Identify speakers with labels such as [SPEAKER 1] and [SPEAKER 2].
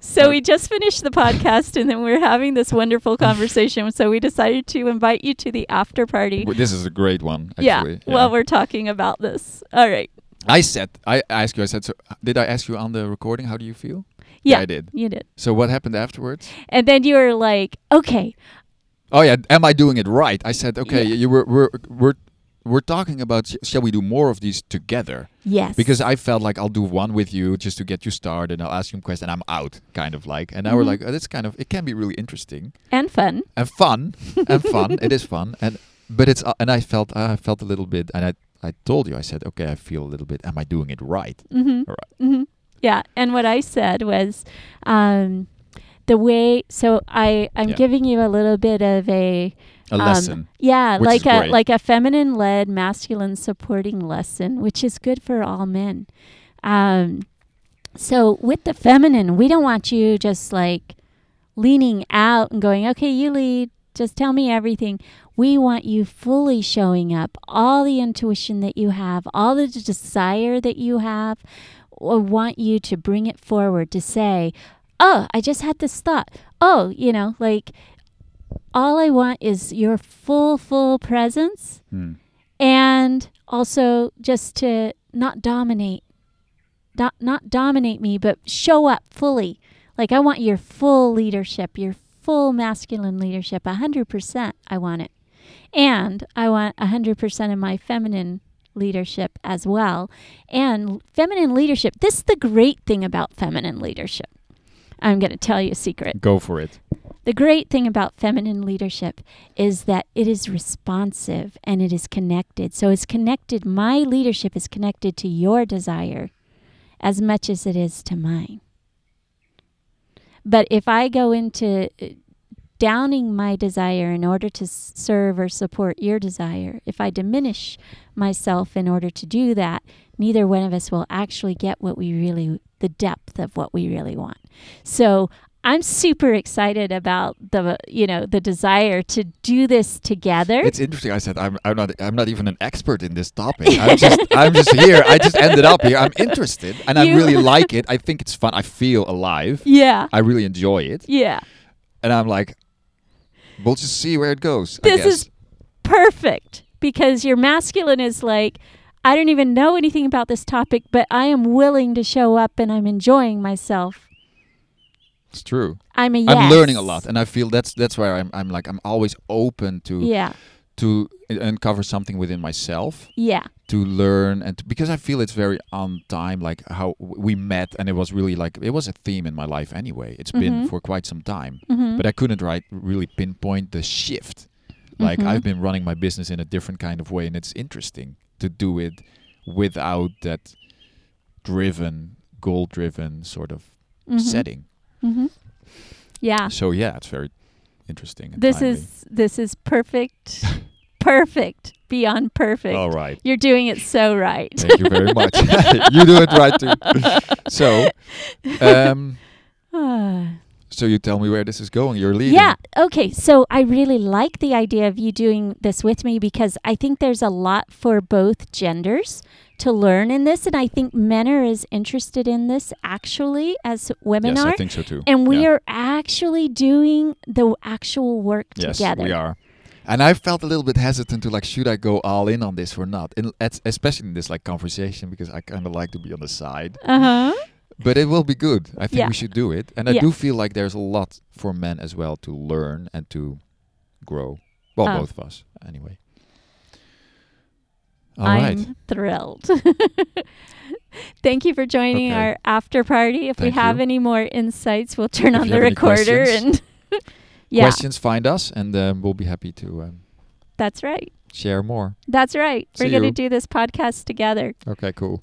[SPEAKER 1] So we just finished the podcast and then we're having this wonderful conversation. So we decided to invite you to the after party.
[SPEAKER 2] W- This is a great one. Actually.
[SPEAKER 1] yeah, while we're talking about this. All right.
[SPEAKER 2] I said, I asked you. I said, so did I ask you on the recording? How do you feel?
[SPEAKER 1] Yeah,
[SPEAKER 2] I did.
[SPEAKER 1] You did.
[SPEAKER 2] So what happened afterwards?
[SPEAKER 1] And then you were like, okay,
[SPEAKER 2] Oh yeah, am I doing it right? I said, okay,
[SPEAKER 1] Yeah.
[SPEAKER 2] you were we're we're we're talking about sh- shall we do more of these together?
[SPEAKER 1] yes.
[SPEAKER 2] Because I felt like I'll do one with you just to get you started, and I'll ask you a question, and I'm out, kind of like. And now we're
[SPEAKER 1] Mhm.
[SPEAKER 2] like, oh, that's kind of it can be really interesting
[SPEAKER 1] and fun.
[SPEAKER 2] and fun and fun. It is fun, and but it's uh, and I felt I felt a little bit, and I I told you I said, okay, I feel a little bit. Am I doing it right?
[SPEAKER 1] hmm
[SPEAKER 2] All right.
[SPEAKER 1] hmm Yeah. And what I said was um, the way, so I, I'm
[SPEAKER 2] Yeah.
[SPEAKER 1] giving you a little bit of a.
[SPEAKER 2] A lesson.
[SPEAKER 1] Um, Yeah,
[SPEAKER 2] which
[SPEAKER 1] like
[SPEAKER 2] is
[SPEAKER 1] a
[SPEAKER 2] great.
[SPEAKER 1] like a feminine led, masculine supporting lesson, which is good for all men. Um, so with the feminine, we don't want you just like leaning out and going, "Okay, you lead. Just tell me everything." We want you fully showing up, all the intuition that you have, all the d- desire that you have. I want you to bring it forward to say, "Oh, I just had this thought." Oh, you know, like all I want is your full, full presence
[SPEAKER 2] Hmm.
[SPEAKER 1] and also just to not dominate, not, not dominate me, but show up fully. Like I want your full leadership, your full masculine leadership, 100%. I want it. And I want 100% of my feminine leadership as well. And feminine leadership, this is the great thing about feminine leadership. I'm going to tell you a secret.
[SPEAKER 2] Go for it.
[SPEAKER 1] The great thing about feminine leadership is that it is responsive and it is connected. So it's connected, my leadership is connected to your desire as much as it is to mine. But if I go into uh, downing my desire in order to s- serve or support your desire, if I diminish myself in order to do that, neither one of us will actually get what we really, the depth of what we really want. So I'm super excited about the, you know, the desire to do this together.
[SPEAKER 2] It's interesting. I said I'm, I'm not I'm not even an expert in this topic. I'm just I'm just here. I just ended up here. I'm interested and I
[SPEAKER 1] You-
[SPEAKER 2] really like it. I think it's fun. I feel alive.
[SPEAKER 1] yeah.
[SPEAKER 2] I really enjoy it.
[SPEAKER 1] Yeah.
[SPEAKER 2] And I'm like, we'll just see where it goes. I
[SPEAKER 1] This
[SPEAKER 2] guess.
[SPEAKER 1] is perfect because your masculine is like, I don't even know anything about this topic, but I am willing to show up and I'm enjoying myself.
[SPEAKER 2] it's true.
[SPEAKER 1] I'm a
[SPEAKER 2] I'm
[SPEAKER 1] yes.
[SPEAKER 2] learning a lot, and I feel that's that's where I'm. I'm like I'm always open to
[SPEAKER 1] Yeah.
[SPEAKER 2] to u- uncover something within myself
[SPEAKER 1] Yeah.
[SPEAKER 2] to learn and to, because I feel it's very on time. Like how w- we met, and it was really like it was a theme in my life anyway. It's been
[SPEAKER 1] Mhm.
[SPEAKER 2] for quite some time.
[SPEAKER 1] hmm
[SPEAKER 2] but I couldn't right really pinpoint the shift. Like
[SPEAKER 1] Mhm.
[SPEAKER 2] I've been running my business in a different kind of way, and it's interesting to do it without that driven, goal-driven sort of setting.
[SPEAKER 1] hmm Mm-hmm. Yeah.
[SPEAKER 2] So yeah, it's very interesting.
[SPEAKER 1] Ah.
[SPEAKER 2] and
[SPEAKER 1] This
[SPEAKER 2] timely.
[SPEAKER 1] is this is perfect, perfect, beyond perfect.
[SPEAKER 2] all right.
[SPEAKER 1] You're doing it so right.
[SPEAKER 2] Thank you very much. you do it right too. so, um, so you tell me where this is going. You're leading.
[SPEAKER 1] Yeah. Okay. So I really like the idea of you doing this with me because I think there's a lot for both genders to learn in this, and I think men are as interested in this actually as women
[SPEAKER 2] Yes,
[SPEAKER 1] are.
[SPEAKER 2] I think so too.
[SPEAKER 1] and we
[SPEAKER 2] Yeah.
[SPEAKER 1] are actually doing the actual work
[SPEAKER 2] Yes,
[SPEAKER 1] together.
[SPEAKER 2] we are. And I felt a little bit hesitant to like, should I go all in on this or not? And that's- especially in this like conversation because I kind of like to be on the side.
[SPEAKER 1] Uh huh.
[SPEAKER 2] But it will be good. I think
[SPEAKER 1] Yeah.
[SPEAKER 2] we should do it. And I
[SPEAKER 1] Yeah.
[SPEAKER 2] do feel like there's a lot for men as well to learn and to grow. Well,
[SPEAKER 1] Oh.
[SPEAKER 2] both of us anyway. All right.
[SPEAKER 1] I'm thrilled. Thank you for joining
[SPEAKER 2] Okay.
[SPEAKER 1] our after party. If
[SPEAKER 2] Thank
[SPEAKER 1] we have
[SPEAKER 2] you.
[SPEAKER 1] any more insights, we'll turn
[SPEAKER 2] If
[SPEAKER 1] on
[SPEAKER 2] you
[SPEAKER 1] the
[SPEAKER 2] have any
[SPEAKER 1] recorder
[SPEAKER 2] questions-
[SPEAKER 1] and yeah,
[SPEAKER 2] Questions, find us, and um, we'll be happy to um,
[SPEAKER 1] that's right.
[SPEAKER 2] share more.
[SPEAKER 1] That's right. We're
[SPEAKER 2] See
[SPEAKER 1] going to do
[SPEAKER 2] you.
[SPEAKER 1] this podcast together.
[SPEAKER 2] Okay, cool.